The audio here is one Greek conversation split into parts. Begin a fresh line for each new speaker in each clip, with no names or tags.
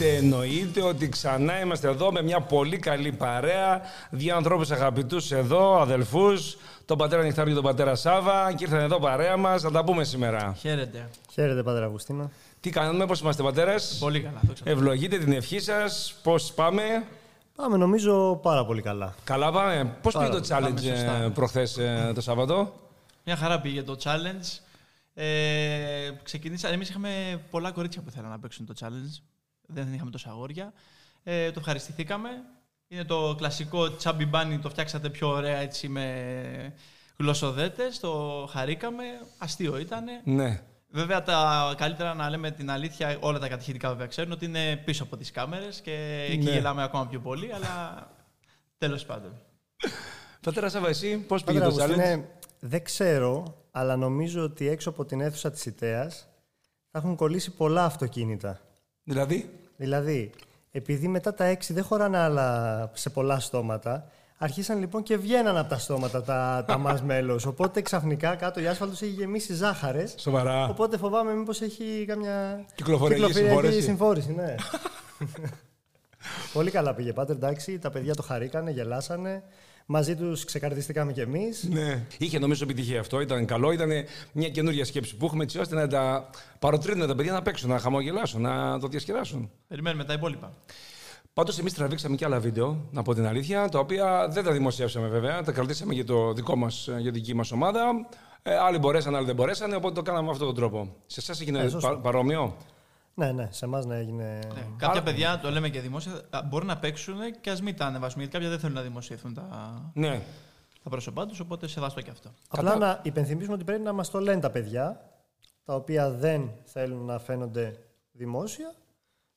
Εννοείται ότι ξανά είμαστε εδώ με μια πολύ καλή παρέα. Δύο ανθρώπους αγαπητούς εδώ, αδελφούς, τον πατέρα Νυχτάρη και τον πατέρα Σάβα. Και ήρθαν εδώ παρέα μας να τα πούμε σήμερα.
Χαίρετε.
Χαίρετε, πατέρα Αγουστίνα.
Τι κάνουμε, πώς είμαστε, πατέρες.
Πολύ καλά. δόξα τω Θεώ.
Ευλογείτε την ευχή σας. Πώς πάμε.
Πάμε νομίζω πάρα πολύ καλά.
Καλά πάμε. Πώς πήγε
Πάρα
το
πάμε,
challenge
σωστά.
προχθέ το Σάββατο.
Μια χαρά πήγε το challenge. Ε, ξεκινήσα, εμείς είχαμε πολλά κορίτσια που θέλαν να παίξουν το challenge. Δεν είχαμε τόσα αγόρια. Ε, το ευχαριστηθήκαμε. Είναι το κλασικό τσάμπι μπάνι, το φτιάξατε πιο ωραία έτσι με γλωσσοδέτες. Το χαρήκαμε. Αστείο ήτανε.
Ναι.
Βέβαια, τα καλύτερα να λέμε την αλήθεια, όλα τα κατηχητικά βέβαια ξέρουν ότι είναι πίσω από τις κάμερες και εκεί
Ναι.
γελάμε ακόμα πιο πολύ, αλλά τέλος πάντων.
Πατέρα Σάβα, εσύ πώς πήγε
Πατέρα Ε.
το challenge.
Αγουστίνε, δεν ξέρω, αλλά νομίζω ότι έξω από την αίθουσα της Ιτέας θα έχουν κολλήσει πολλά αυτοκίνητα.
Δηλαδή.
Δηλαδή, επειδή μετά τα 6 δεν χωράνε άλλα σε πολλά στόματα, αρχίσαν λοιπόν και βγαίναν από τα στόματα τα, τα marshmallows. Οπότε ξαφνικά κάτω η άσφαλτος έχει γεμίσει ζάχαρες.
Σοβαρά.
Οπότε φοβάμαι μήπως έχει καμιά
Κυκλοφοριακή συμφόρεση.
συμφόρηση, ναι. Πολύ καλά πήγε πάτε, εντάξει. Τα παιδιά το χαρήκανε, γελάσανε. Μαζί τους ξεκαρδιστήκαμε κι εμείς.
Ναι. Είχε νομίζω επιτυχία αυτό, ήταν καλό. Ήταν μια καινούργια σκέψη που έχουμε έτσι ώστε να τα παροτρύνουν τα παιδιά να παίξουν, να χαμογελάσουν, να το διασκεδάσουν.
Περιμένουμε τα υπόλοιπα.
Πάντως, εμείς τραβήξαμε και άλλα βίντεο, να πω την αλήθεια, τα οποία δεν τα δημοσιεύσαμε βέβαια. Τα κρατήσαμε για, το δικό μας, για την δική μας ομάδα. Ε, άλλοι μπορέσαν, άλλοι δεν μπορέσαν, οπότε το κάναμε με αυτόν τον τρόπο. Σε εσάς έγινε
Ε, σωστό.
πα- παρόμοιο.
Ναι, ναι, σε εμάς να έγινε.
Ναι. Κάποια παιδιά, το λέμε και δημόσια, α, μπορεί να παίξουν και ας μην τα ανεβάσουμε, γιατί κάποια δεν θέλουν να δημοσιευθούν τα,
Ναι.
τα πρόσωπά τους, οπότε σεβαστό και αυτό.
Απλά να υπενθυμίσουμε ότι πρέπει να μας το λένε τα παιδιά, τα οποία δεν θέλουν να φαίνονται δημόσια,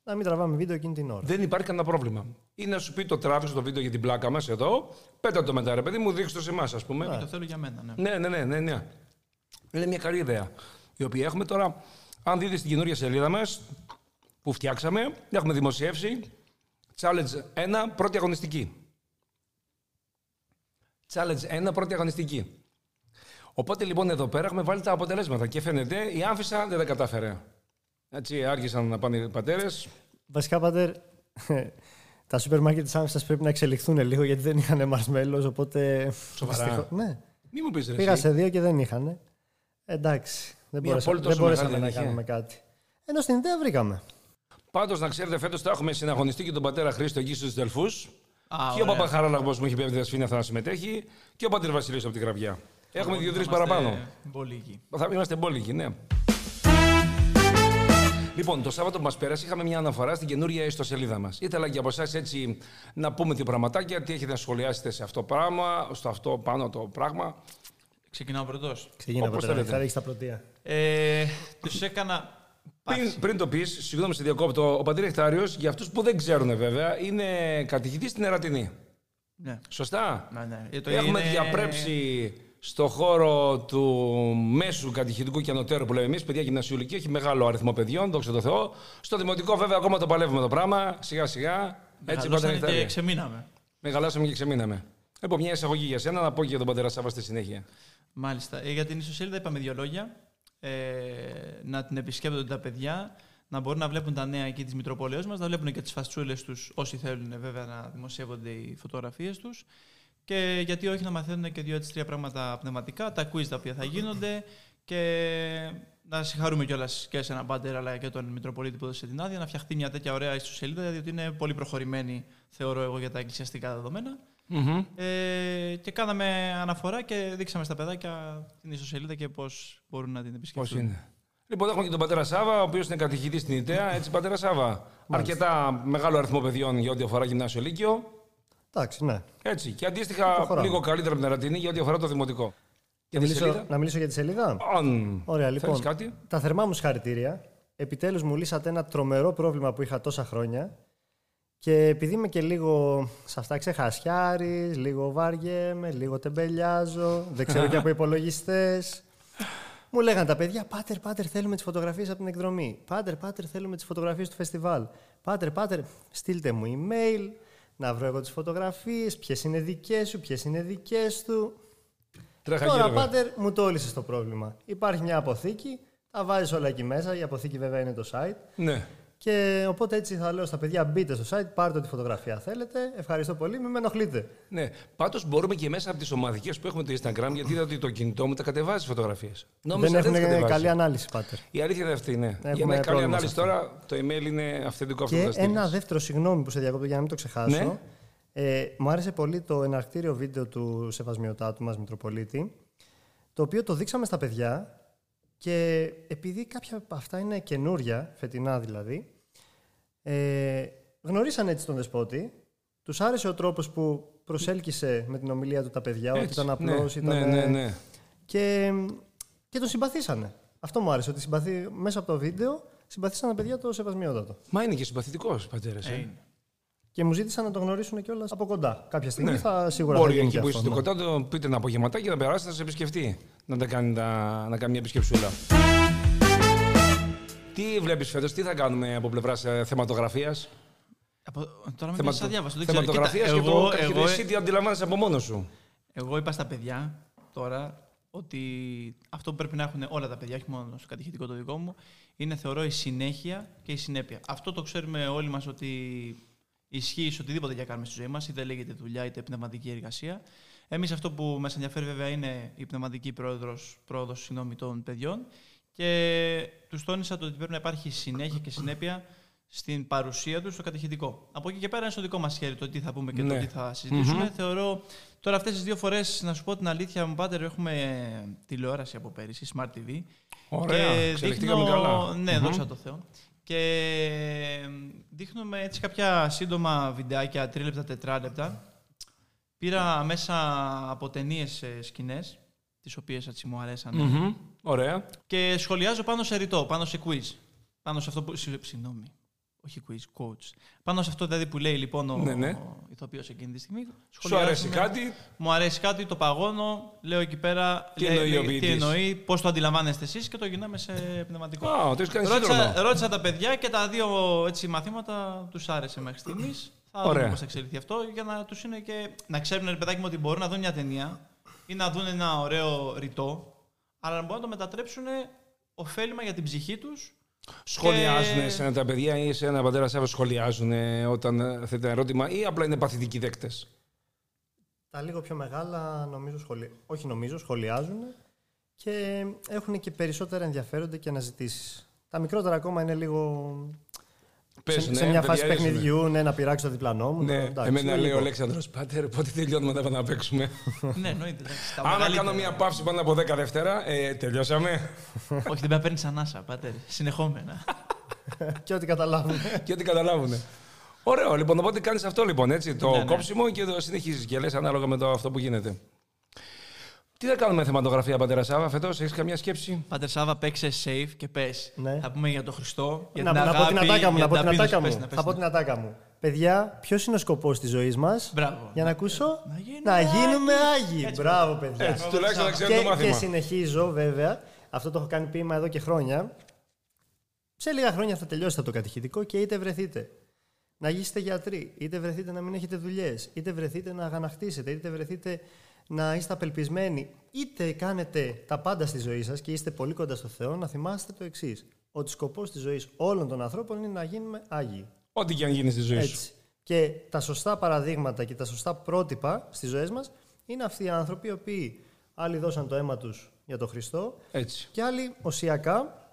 να μην τραβάμε βίντεο εκείνη την ώρα.
Δεν υπάρχει κανένα πρόβλημα. Ή να σου πει το τράβηξε το βίντεο για την πλάκα μας εδώ, πέτα το μετά, ρε παιδί μου, δείξτε το σε εμάς, ας πούμε.
Το θέλω για μένα, ναι.
Ναι, ναι, ναι, ναι, ναι. Είναι μια καλή ιδέα. Η οποία έχουμε τώρα, αν δείτε στην καινούργια σελίδα μας που φτιάξαμε, την έχουμε δημοσιεύσει. Challenge 1, πρώτη αγωνιστική. Challenge 1, πρώτη αγωνιστική. Οπότε λοιπόν εδώ πέρα έχουμε βάλει τα αποτελέσματα και φαίνεται η άμφισα δεν τα κατάφερε. Έτσι άρχισαν να πάνε οι πατέρες.
Βασικά, Πάτερ, τα σούπερ μάρκετ της άμεσα πρέπει να εξελιχθούν λίγο γιατί δεν είχαν marshmallows, οπότε.
Σοβαρά.
δυστυχώς- Ναι.
Μη μου πεις ρε.
Πήγα
εσύ.
σε δύο και δεν είχαν. Εντάξει. Δεν
Μία
μπορέσα-
πόλη
δεν
τόσο
μπορέσαμε
μεγάλη
να
δεν είχε.
κάνουμε κάτι. Ενώ στην ιδέα βρήκαμε.
Πάντως, να ξέρετε, φέτος θα έχουμε συναγωνιστή και τον πατέρα Χρήστο εκεί στους Δελφούς.
Α,
Και ο
ωραία.
Παπαχαράλαμπο μου έχει πει από τη Δασφήνια θα να συμμετέχει. Και ο πατήρ Βασιλή από την Κραβιά. Έχουμε
Θα
δύο-τρει
είμαστε
παραπάνω.
μπολικοί.
Θα είμαστε μπόλικοι, ναι. Λοιπόν, το Σάββατο που μας πέρασε είχαμε μια αναφορά στην καινούρια ιστοσελίδα μας. Ήθελα και από εσάς έτσι να πούμε τι πραγματάκια, τι έχετε να σχολιάσετε σε αυτό πράγμα, στο αυτό πάνω το πράγμα.
Ξεκινάω πρωτό.
Ξεκίνα
Όπως
από τώρα.
θέλετε.
Θα ρίξει τα πρωτεία.
Ε, τους έκανα.
Πριν, πριν το πεις, συγγνώμη σε διακόπτω, ο πατήρ Εκτάριο, για αυτούς που δεν ξέρουν βέβαια, είναι κατοικητή στην Ερατινή.
Ναι.
Σωστά.
Ναι, ναι. Ε, το
Έχουμε
είναι-
διαπρέψει στο χώρο του μέσου κατηχητικού και ανωτέρου που λέμε εμείς, παιδιά γυμνασιολική, έχει μεγάλο αριθμό παιδιών, δόξα τω Θεώ. Στο δημοτικό, βέβαια, ακόμα το παλεύουμε το πράγμα, σιγά-σιγά. Έτσι,
Μεγαλώσανε
πατέρα
και
Νεκτάρια.
ξεμείναμε.
Μεγαλάσαμε και ξεμείναμε. Λοιπόν, μια εισαγωγή για σένα, να πω και για τον πατέρα Σάβα στη συνέχεια.
Μάλιστα. Ε, για την ιστοσελίδα είπαμε δύο λόγια. Ε, να την επισκέπτονται τα παιδιά, να μπορούν να βλέπουν τα νέα εκεί της Μητροπολέως μας, να βλέπουν και τις φαστσούλες τους, όσοι θέλουν ε, βέβαια να δημοσιεύονται οι φωτογραφίες τους. Και γιατί όχι να μαθαίνουν και δύο έτσι τρία πράγματα πνευματικά, τα quiz τα οποία θα γίνονται και να συγχαρούμε κιόλας και σε έναν πάντερ αλλά και τον Μητροπολίτη που έδωσε την άδεια να φτιαχτεί μια τέτοια ωραία ιστοσελίδα, διότι είναι πολύ προχωρημένη, θεωρώ εγώ, για τα εκκλησιαστικά δεδομένα. Ε, και κάναμε αναφορά και δείξαμε στα παιδάκια την ιστοσελίδα και πώς μπορούν να την
Πώς
επισκεφτούν.
είναι. Λοιπόν, έχουμε και τον πατέρα Σάβα, ο οποίος είναι κατηχητή στην ΙΤΕΑ. Έτσι, πατέρα Σάβα. Αρκετά μεγάλο αριθμό παιδιών για ό,τι αφορά γυμνάσιο λύκειο.
Εντάξει, ναι.
Έτσι. Και αντίστοιχα,
Προχωράμε.
λίγο καλύτερα από την Αρατινή για ό,τι αφορά το δημοτικό. Και
Να
τη
μιλήσω,
σελίδα.
να μιλήσω για τη σελίδα.
Αν
Ωραία,
θέλεις
λοιπόν.
κάτι.
Τα θερμά μου συγχαρητήρια. Επιτέλους μου λύσατε ένα τρομερό πρόβλημα που είχα τόσα χρόνια. Και επειδή είμαι και λίγο σε αυτά ξεχασιάρης, λίγο βάριεμαι, λίγο τεμπελιάζω, δεν ξέρω και από υπολογιστές. Μου λέγανε τα παιδιά, Πάτερ, Πάτερ, θέλουμε τις φωτογραφίες από την εκδρομή. Πάτερ, Πάτερ, θέλουμε τις φωτογραφίες του φεστιβάλ. Πάτερ, Πάτερ, στείλτε μου email, να βρω εγώ τις φωτογραφίες, ποιες είναι δικές σου, ποιες είναι δικές του.
Τρέχα
Τώρα,
γύρευε.
Πάτερ, μου το όλησε το πρόβλημα. Υπάρχει μια αποθήκη, τα βάζεις όλα εκεί μέσα. Η αποθήκη, βέβαια, είναι το site.
Ναι.
Και Και οπότε έτσι θα λέω στα παιδιά: μπείτε στο site, πάρτε ό,τι φωτογραφία θέλετε. Ευχαριστώ πολύ, μην με ενοχλείτε.
Ναι, πάντως μπορούμε και μέσα από τις ομαδικέ που έχουμε το Instagram, γιατί είδα ότι το κινητό μου τα κατεβάζει φωτογραφίες.
δεν έχουν καλή ανάλυση, πάτερ.
Η αλήθεια είναι αυτή, ναι. για
Έχουμε
να κάνει
πρόβλημα
ανάλυση
σε αυτό.
τώρα, το email είναι αυθεντικό αυτό
Και
που θα στείλεις.
ένα δεύτερο, συγγνώμη που σε διακόπτω για να μην το ξεχάσω.
Ναι.
Ε, μου άρεσε πολύ το εναρκτήριο βίντεο του σεβασμιωτάτου μας Μητροπολίτη, το οποίο το δείξαμε στα παιδιά και επειδή κάποια από αυτά είναι καινούρια, φετινά δηλαδή, ε, γνωρίσαν έτσι τον δεσπότη, τους άρεσε ο τρόπος που προσέλκυσε με την ομιλία του τα παιδιά, ότι
Έτσι,
ήταν απλός,
ναι,
ήταν...
Ναι, ναι, ναι.
Και, και τον συμπαθήσανε. Αυτό μου άρεσε, ότι συμπαθή, μέσα από το βίντεο συμπαθήσαν τα παιδιά το σεβασμιότατο.
Μα είναι και συμπαθητικός πατέρα.
Ε,
Ε.
είναι.
Και μου ζήτησαν να το γνωρίσουν κιόλας από κοντά. Κάποια στιγμή θα σίγουρα
Μπορεί
θα γίνει
εκεί που
αυτό,
είστε στο
ναι.
κοντά, το πείτε ένα απογευματάκι να περάσει να σε επισκεφτεί. Να, τα κάνει, τα- να κάνει μια επισκεψούλα. Τι βλέπεις φέτος, τι θα κάνουμε από ε, πλευρά θεματογραφίας.
Από, τώρα με πιάσεις αδιάβαστο, δεν ξέρω. Κοίτα,
Θεματογραφία και
εγώ-
το
εγώ-
εσύ τι αντιλαμβάνεσαι από μόνος σου.
Εγώ είπα στα παιδιά τώρα ότι αυτό που πρέπει να έχουν όλα τα παιδιά, όχι μόνο στο κατηχητικό το δικό μου, είναι θεωρώ η συνέχεια και η συνέπεια. Αυτό το ξέρουμε όλοι μας ότι ισχύει σε οτιδήποτε για κάνουμε στη ζωή μας, είτε λέγεται δουλειά είτε πνευματική εργασία. Εμείς αυτό που μας ενδιαφέρει βέβαια είναι η πνευματική πρόοδος, πρόοδος συγγνώμη, των παιδιών και τους τόνισα το ότι πρέπει να υπάρχει συνέχεια και συνέπεια στην παρουσία τους στο κατηχητικό. Από εκεί και πέρα είναι στο δικό μας χέρι το τι θα πούμε και
Ναι.
το τι θα συζητησουμε Θεωρώ τώρα αυτές τις δύο φορές, να σου πω την αλήθεια, μου πάτερ, έχουμε τηλεόραση από πέρυσι, Smart TV.
Ωραία, εξελιχθήκαμε
δείχνω-
καλά.
Ναι,
Μμμ.
δόξα τω Θεώ. Και δείχνουμε έτσι κάποια σύντομα βιντεάκια, τρίλεπτα, τετράλεπτα. Πήρα μέσα από ε, ταινίε σκηνές, τις οποίες έτσι μου αρέσαν.
Μμμ. Ωραία.
Και σχολιάζω πάνω σε ρητό, πάνω σε quiz. Πάνω σε αυτό που. συ- Συγγνώμη. Όχι quiz, coach. Πάνω σε αυτό δηλαδή που λέει λοιπόν ο,
Ναι, ναι.
ο ηθοποιός εκείνη τη στιγμή.
Σου αρέσει
σχολιάζουμε-
κάτι.
Μου αρέσει κάτι, το παγώνω, λέω εκεί πέρα.
Τι εννοεί ο
τι
ποιητής?
εννοεί, πώς το αντιλαμβάνεστε εσείς και το γυρνάμε σε πνευματικό.
Α, το έχεις κάνει σύντρομο.
Ρώτησα, ρώτησα τα παιδιά και τα δύο έτσι, μαθήματα τους άρεσε μέχρι στιγμής. Θα δούμε
Ωραία.
πώς θα εξελιχθεί αυτό για να τους είναι και. να ξέρουν, ρε παιδάκι μου, ότι μπορούν να δουν μια ταινία ή να δουν ένα ωραίο ρητό, αλλά να μπορούν να το μετατρέψουν ωφέλιμα για την ψυχή τους.
Σχολιάζουν
Και-
εσένα τα παιδιά ή εσένα πατέρα Σάββα σχολιάζουν όταν ε, θέτει ένα ερώτημα ή απλά είναι παθητικοί δέκτες.
Τα λίγο πιο μεγάλα νομίζω σχολι... όχι νομίζω, σχολιάζουν και έχουν και περισσότερα ενδιαφέροντα και αναζητήσεις. Τα μικρότερα ακόμα είναι λίγο. σε, σε μια φάση παιχνιδιού, ναι, να πειράξω το διπλανό μου.
Ναι,
εντάξει,
εμένα λέει
είναι
ο
λίγο.
Αλέξανδρος Πάτερ, πότε τελειώνουμε να πάμε να παίξουμε.
ναι, εννοείται. εντάξει, τα
Άμα
μεγαλύτερα.
κάνω μια παύση πάνω από 10 Δευτέρα, ε, τελειώσαμε.
Όχι, δεν πρέπει να παίρνεις ανάσα, πάτερ. Συνεχόμενα.
και ό,τι καταλάβουν.
Γιατί καταλάβουνε. Ωραίο, λοιπόν. Οπότε κάνεις αυτό λοιπόν, έτσι. Το
Ναι, ναι.
κόψιμο και το συνεχίζεις και λες ανάλογα με το αυτό που γίνεται. Τι θα κάνουμε θεματογραφία, πατέρα Σάβα, φέτος, έχεις καμιά σκέψη.
Πάτερ Σάβα, παίξε safe και πες.
Ναι.
Θα πούμε για τον Χριστό, για
να,
την
να
αγάπη,
πω την ατάκα μου.
για
Να πω την
ταπείνωση.
ατάκα
Πες
μου.
να, πες ναι.
Θα πω
να.
την ατάκα μου. Παιδιά, ποιος είναι ο σκοπός της ζωής μας.
Μπράβο.
Για να ακούσω.
Να γίνουμε
Να γίνουμε
Άγιοι.
άγιοι.
Έτσι,
Μπράβο, παιδιά.
Έτσι, τουλάχιστον να
Και-
ξέρει το
και, και
μάθημα.
συνεχίζω βέβαια. Αυτό το έχω κάνει ποίημα εδώ και χρόνια. Σε λίγα χρόνια θα τελειώσετε από το κατηχητικό και είτε βρεθείτε να γίνετε γιατροί, είτε βρεθείτε να μην έχετε δουλειές, είτε βρεθείτε να αγαναχτίσετε, είτε βρεθείτε να είστε απελπισμένοι, είτε κάνετε τα πάντα στη ζωή σας και είστε πολύ κοντά στο Θεό, να θυμάστε το εξής. Ότι σκοπός της ζωής όλων των ανθρώπων είναι να γίνουμε άγιοι.
Ό,τι και αν γίνει στη ζωή σου.
Έτσι. Και τα σωστά παραδείγματα και τα σωστά πρότυπα στις ζωές μας είναι αυτοί οι άνθρωποι οι οποίοι άλλοι δώσαν το αίμα τους για τον Χριστό
Έτσι.
και άλλοι οσιακά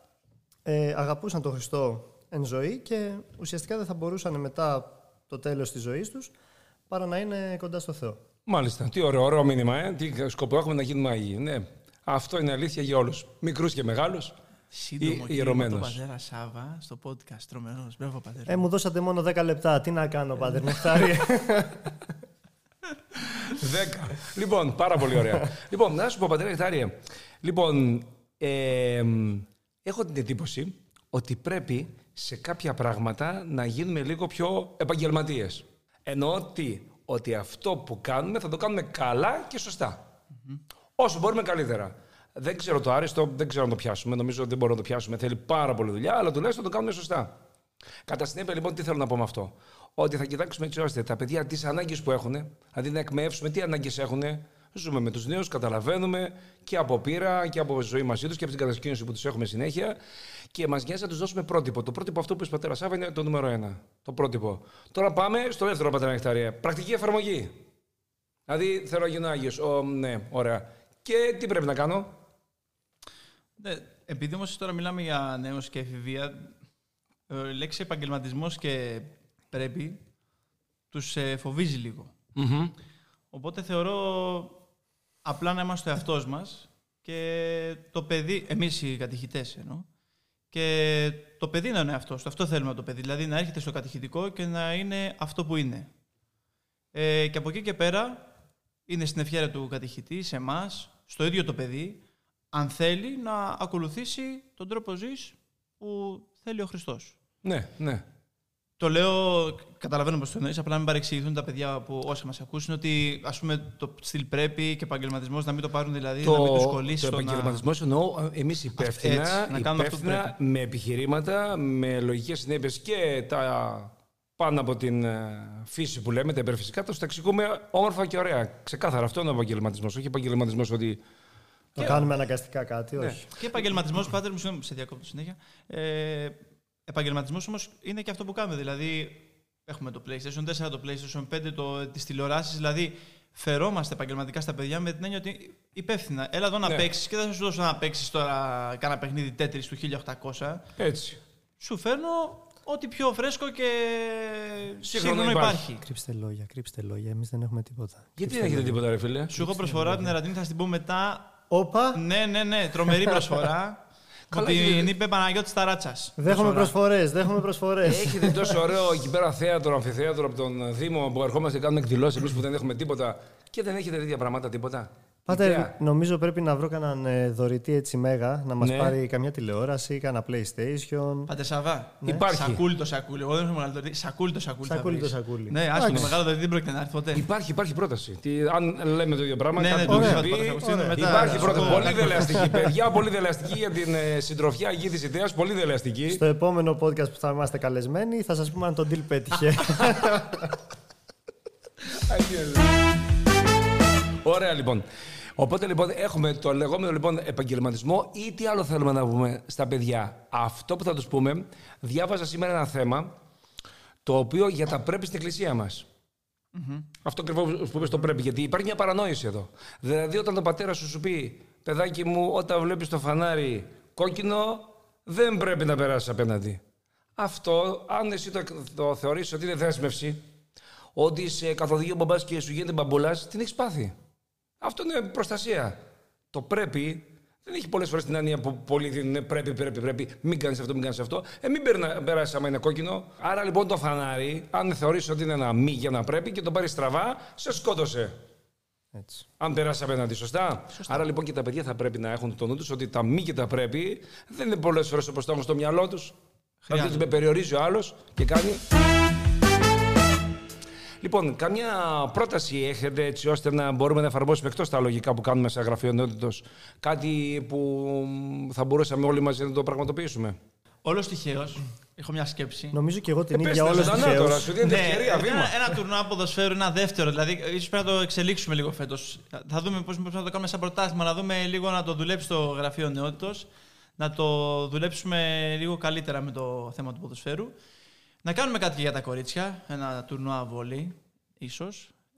ε, αγαπούσαν τον Χριστό εν ζωή και ουσιαστικά δεν θα μπορούσαν μετά το τέλος της ζωής τους παρά να είναι κοντά στο Θεό.
Μάλιστα. Τι ωραίο, ωραίο μήνυμα, ε. Τι σκοπό έχουμε να γίνουμε Άγιοι. Ναι. Αυτό είναι αλήθεια για όλους. Μικρούς και μεγάλους. Ή-
Σύντομο κύριο
ιερωμένος.
τον πατέρα Σάβα στο podcast. Τρομερός. Μπράβο, πατέρα.
Ε, μου δώσατε μόνο 10 λεπτά. Τι να κάνω, Πάτερ Νεκτάρη.
Δέκα. λοιπόν, πάρα πολύ ωραία. λοιπόν, να σου πω, πατέρα Εκτάριε. Λοιπόν, ε, εμ, έχω την εντύπωση ότι πρέπει σε κάποια πράγματα να γίνουμε λίγο πιο επαγγελματίες. Εννοώ ότι, ότι αυτό που κάνουμε θα το κάνουμε καλά και σωστα Όσο μπορούμε καλύτερα. Δεν ξέρω το άριστο, δεν ξέρω να το πιάσουμε. Νομίζω ότι δεν μπορούμε να το πιάσουμε. Θέλει πάρα πολύ δουλειά, αλλά τουλάχιστον το κάνουμε σωστά. Κατά συνέπεια, λοιπόν, τι θέλω να πω με αυτό. Ότι θα κοιτάξουμε έτσι ώστε τα παιδιά τις ανάγκες που έχουν, δηλαδή να εκμεύσουμε τι ανάγκες έχουν, Ζούμε με τους νέους, καταλαβαίνουμε και από πείρα και από ζωή μαζί τους και από την κατασκήνωση που τους έχουμε συνέχεια. Και μας νοιάζει να τους δώσουμε πρότυπο. Το πρότυπο αυτό που είπε πατέρα Σάβα είναι το νούμερο ένα. Το πρότυπο. Τώρα πάμε στο δεύτερο πατέρα Νεκταρία. Πρακτική εφαρμογή. Δηλαδή θέλω να γίνω Άγιος. Ω, ναι, ωραία. Και τι πρέπει να κάνω.
Ναι, επειδή όμως τώρα μιλάμε για νέους και εφηβεία, ε, η λέξη επαγγελματισμός και πρέπει τους φοβίζει λίγο. Οπότε θεωρώ απλά να είμαστε ο εαυτό μας και το παιδί, εμείς οι κατηχητές εννοώ, και το παιδί να είναι αυτός. Αυτό θέλουμε από το παιδί. Δηλαδή να έρχεται στο κατηχητικό και να είναι αυτό που είναι. Ε, και από εκεί και πέρα είναι στην ευχαίρεια του κατηχητή, σε εμάς, στο ίδιο το παιδί, αν θέλει να ακολουθήσει τον τρόπο ζωής που θέλει ο Χριστός.
Ναι, ναι.
Το λέω, καταλαβαίνω πώς το εννοείς, απλά να μην παρεξηγηθούν τα παιδιά που όσα μας ακούσουν ότι ας πούμε το στυλ πρέπει και επαγγελματισμός να μην το πάρουν δηλαδή, να μην τους κολλήσει.
το
στο να-
επαγγελματισμός εννοώ εμεί υπεύθυνα,
έτσι, να κάνουμε αυτό που
υπεύθυνα με επιχειρήματα, με λογικές συνέπειες και τα πάνω από την ε, φύση που λέμε, τα υπερφυσικά, τα εξηγούμε όμορφα και ωραία. Ξεκάθαρα αυτό είναι ο επαγγελματισμός. Όχι επαγγελματισμός ότι.
Να κάνουμε αναγκαστικά κάτι,
Ναι.
όχι.
Και επαγγελματισμός, πάτερ μου, συγγνώμη που σε διακόπτω συνέχεια. Ε, επαγγελματισμός όμως είναι και αυτό που κάνουμε. Δηλαδή, έχουμε το PlayStation 4, το PlayStation 5, το, τις τηλεοράσεις. Δηλαδή, φερόμαστε επαγγελματικά στα παιδιά με την έννοια ότι υπεύθυνα. Έλα εδώ να
Ναι.
παίξεις και δεν θα σου δώσω να παίξεις τώρα κάνα παιχνίδι τέτρι του 1800.
Έτσι.
Σου φέρνω ό,τι πιο φρέσκο και
Σύγχρονο
σύγχρονο,
υπάρχει.
υπάρχει.
Κρύψτε λόγια, κρύψτε λόγια. Εμείς δεν έχουμε τίποτα.
Γιατί δεν έχετε τίποτα, ρε φίλε.
Σου έχω προσφορά την Ερατίνη, θα την πω μετά.
Όπα,
Ναι, ναι, ναι, τρομερή προσφορά. Μου
Καλά,
την
κύριε.
είπε Παναγιώτη Ταράτσας.
δέχομαι προσφορές, δέχομαι προσφορές.
Έχετε τόσο ωραίο εκεί πέρα θέατρο, αμφιθέατρο από τον Δήμο που ερχόμαστε και κάνουμε εκδηλώσεις εμείς που δεν έχουμε τίποτα και δεν έχετε τέτοια πράγματα τίποτα.
Πάτε,
Ιδέα.
νομίζω πρέπει να βρω κανέναν ε, δωρητή έτσι μέγα να μας
Ναι.
πάρει καμιά τηλεόραση, κάνα PlayStation.
Πάτε σαβά.
Υπάρχει.
Σακούλι το σακούλι. Εγώ δεν είμαι μεγάλο δωρητή. Σακούλι το σακούλι. θα
Σακούλι το
βρεις.
σακούλι.
Ναι, άστο το μεγάλο δωρητή δεν πρόκειται να έρθει ποτέ.
Υπάρχει, υπάρχει πρόταση. Τι, αν λέμε το ίδιο πράγμα,
Ναι, ναι,
κάτι
το
που
είπα.
έχει πει,
το Αγουστίνο,
ωραία.
μετά-
Υπάρχει
στο-
πρώτα. Πολύ δελεαστική, παιδιά. Πολύ δελεαστική για την ε, συντροφιά γη της ιδέας. Πολύ δελεαστική.
Στο επόμενο podcast που θα είμαστε καλεσμένοι θα σας πούμε αν τον deal πέτυχε.
Ωραία λοιπόν. Οπότε λοιπόν έχουμε το λεγόμενο λοιπόν επαγγελματισμό ή τι άλλο θέλουμε να πούμε στα παιδιά. Αυτό που θα τους πούμε, διάβαζα σήμερα ένα θέμα το οποίο για τα πρέπει στην εκκλησία μας. Αυτό ακριβώς που είπες το πρέπει, γιατί υπάρχει μια παρανόηση εδώ. Δηλαδή, όταν ο πατέρα σου σου πει, παιδάκι μου, όταν βλέπεις το φανάρι κόκκινο, δεν πρέπει να περάσεις απέναντι. Αυτό, αν εσύ το, το θεωρείς ότι είναι δέσμευση, ότι σε καθοδηγεί ο μπαμπάς και σου γίνεται μπαμπούλας, την έχεις πάθει. Αυτό είναι προστασία. Το πρέπει δεν έχει πολλές φορές την άνοια που πολλοί δίνουν ναι, πρέπει, πρέπει, πρέπει. Μην κάνεις αυτό, μην κάνεις αυτό. Ε, μην περάσεις άμα είναι κόκκινο. Άρα λοιπόν το φανάρι, αν θεωρήσει ότι είναι ένα μη για να πρέπει και το πάρεις στραβά, σε σκότωσε.
Έτσι.
Αν περάσεις απέναντι, σωστά. Άρα λοιπόν και τα παιδιά θα πρέπει να έχουν το νου τους ότι τα μη και τα πρέπει δεν είναι πολλές φορές όπως το έχουν στο μυαλό τους. Δηλαδή ότι με περιορίζει ο άλλος και κάνει. Λοιπόν, καμιά πρόταση έχετε έτσι ώστε να μπορούμε να εφαρμόσουμε εκτός τα λογικά που κάνουμε σε γραφείο ενότητος κάτι που μ, θα μπορούσαμε όλοι μαζί να το πραγματοποιήσουμε.
Όλος τυχαίος. Έχω μια σκέψη.
Νομίζω και εγώ την
Ε, πες
ίδια
τα
όλες
ζωντανά τώρα,
τυχαίως.
σου δίνει
Ναι,
ευκαιρία, βήμα.
Ένα, ένα τουρνουά ποδοσφαίρου, ένα δεύτερο. Δηλαδή, ίσως πρέπει να το εξελίξουμε λίγο φέτος. Θα δούμε πώς πρέπει να το κάνουμε σαν πρωτάθλημα, να δούμε λίγο να το δουλέψει το γραφείο νεότητο, να το δουλέψουμε λίγο καλύτερα με το θέμα του ποδοσφαίρου. Να κάνουμε κάτι και για τα κορίτσια. Ένα τουρνουά βόλι, Ε, ίσω.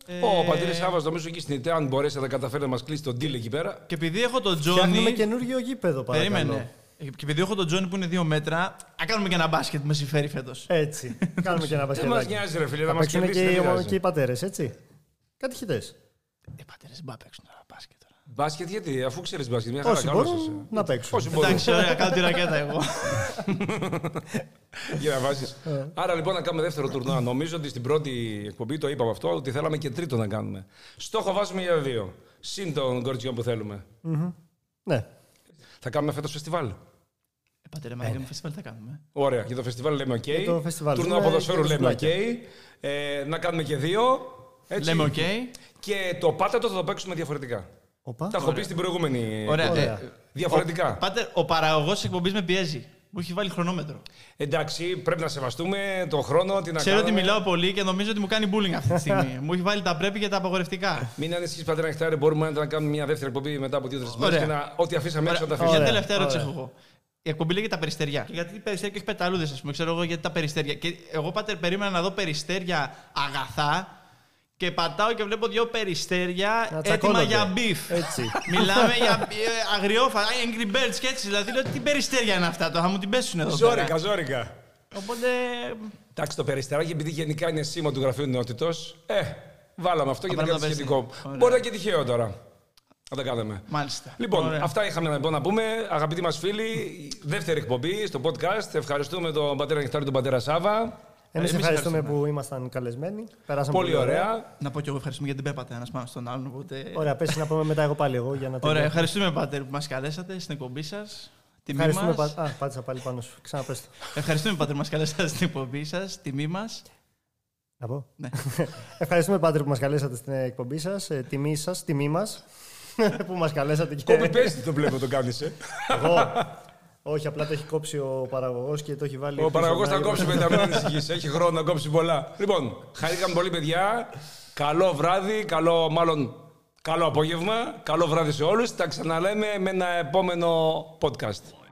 Ε,
Ο πατήρ Σάβα, νομίζω εκεί στην ΙΤΕ, αν μπορέσει να τα καταφέρεις να μας κλείσεις τον deal εκεί πέρα.
Και επειδή έχω τον
Φτιάχνουμε
Τζόνι.
καινούργιο γήπεδο παρακαλώ.
Περίμενε. Και επειδή έχω τον Τζόνι που είναι δύο μέτρα, να κάνουμε και ένα μπάσκετ που με συμφέρει φέτος.
Έτσι. Κάνουμε και ένα
Δεν μα
μπασκετάκι.
νοιάζει, ρε φίλε, να
Θα
μας
παίξουν
κερδίσεις.
και,
δεν
οι- και
πειράζει.
οι πατέρες, έτσι. Κατηχητές.
Ε, πατέρες, μπα παίξουν τώρα μπάσκετ. Τώρα.
Μπάσκετ, γιατί, αφού ξέρεις μπάσκετ, μια χαρά
Όσοι
καλός είσαι.
μπορούν να παίξουν.
Όσοι μπορούν.
Εντάξει, ωραία, κάνω τη ρακέτα εγώ.
Για να βάζεις.
Ε.
Άρα λοιπόν να κάνουμε δεύτερο τουρνουά. Νομίζω ότι στην πρώτη εκπομπή το είπαμε αυτό, ότι θέλαμε και τρίτο να κάνουμε. Στόχο βάζουμε για δύο. Συν των κοριτσιών που θέλουμε.
Ναι.
Θα κάνουμε φέτος φεστιβάλ.
Ε, πατέρα, μα μου φεστιβάλ τι θα κάνουμε. ε?
Ωραία. Για το φεστιβάλ λέμε οκ.
Ε, το φεστιβάλ
Τουρνουά
λέμε
ποδοσφαίρου
και το
λέμε οκ.
σουβλάκια.
Ε, να κάνουμε και δύο. Έτσι.
Λέμε οκ.
Και το πάτατο θα το παίξουμε διαφορετικά.
Οπα.
Τα έχω πει στην προηγούμενη.
Ωραία.
Ωραία.
Ε,
Διαφορετικά.
πάτε, ο παραγωγός εκπομπής με πιέζει. Μου έχει βάλει χρονόμετρο.
Εντάξει, πρέπει να σεβαστούμε τον χρόνο, τι να
Ξέρω ότι
κάνουμε.
μιλάω πολύ και νομίζω ότι μου κάνει bullying αυτή τη στιγμή. μου έχει βάλει τα πρέπει και τα απογορευτικά.
Μην ανησυχείς, πατέρα Νεκτάρη, μπορούμε να κάνουμε μια δεύτερη εκπομπή μετά από δύο-τρει μέρες
Ωραία.
και να ό,τι αφήσαμε έξω να τα
Ωραία.
αφήσουμε.
Μια
Ωραία,
τελευταία ερώτηση
ωραία.
έχω εγώ. Η εκπομπή λέγεται τα περιστέρια. Γιατί περιστέρια και όχι πεταλούδες, ας πούμε. Ξέρω εγώ γιατί τα περιστέρια. Και εγώ πάτε περίμενα να δω περιστέρια αγαθά και πατάω και βλέπω δύο περιστέρια
Να
έτοιμα
τσακώνονται.
για μπιφ.
Έτσι.
Μιλάμε για ε, αγριόφατα, Angry Birds και έτσι. Δηλαδή λέω τι περιστέρια είναι αυτά τώρα, θα μου την πέσουν εδώ. πέρα.
Ζόρικα, ζόρικα.
Οπότε.
Εντάξει, το περιστεράκι, επειδή γενικά είναι σήμα του γραφείου ενότητος, ε, βάλαμε αυτό και
βάλουμε
δεν κάτι
τα
σχετικό.
περιστέρια. Ωραία.
Μπορεί να είναι και τυχαίο τώρα. Να τα κάναμε.
Μάλιστα.
Λοιπόν,
Ωραία.
αυτά είχαμε λοιπόν, να πούμε. Αγαπητοί μας φίλοι, δεύτερη εκπομπή στο podcast. Ευχαριστούμε τον πατέρα Νεκτάρη, τον πατέρα Σάβα.
Εμείς
Εμείς
Ε, ευχαριστούμε
ευχαριστούμε.
που ήμασταν καλεσμένοι. Περάσαμε
Πολύ ωραία.
Να πω κι εγώ ευχαριστούμε γιατί δεν πέπατε ένας πάνω στον άλλον. Οπότε...
Ωραία, πες να πούμε μετά εγώ πάλι εγώ για να
Ωραία,
τελειώσω.
ευχαριστούμε πάτερ που μας καλέσατε στην εκπομπή σας. Τιμή
Ευχαριστούμε.
μας.
πα- Α, πάτησα πάλι πάνω σου. Ξαναπες το.
Ευχαριστούμε πάτερ που μας καλέσατε στην εκπομπή σας. Τιμή μας.
Να πω.
Ναι.
Ευχαριστούμε πάντρε που μας καλέσατε στην εκπομπή σας. Ε, Τιμή σας, τιμή μας που μας καλέσατε και
Κόπη πέστη Ε, το βλέπω το ε. κάνει.
εγώ. Όχι, απλά το έχει κόψει ο παραγωγός και το έχει βάλει...
Ο
πίσω
παραγωγός θα
να-
κόψει μετά, μην ανησυχεί. Έχει χρόνο να κόψει πολλά. Λοιπόν, χαρήκαμε πολύ, παιδιά. Καλό βράδυ, καλό μάλλον. Καλό απόγευμα, καλό βράδυ σε όλους. Τα ξαναλέμε με ένα επόμενο podcast.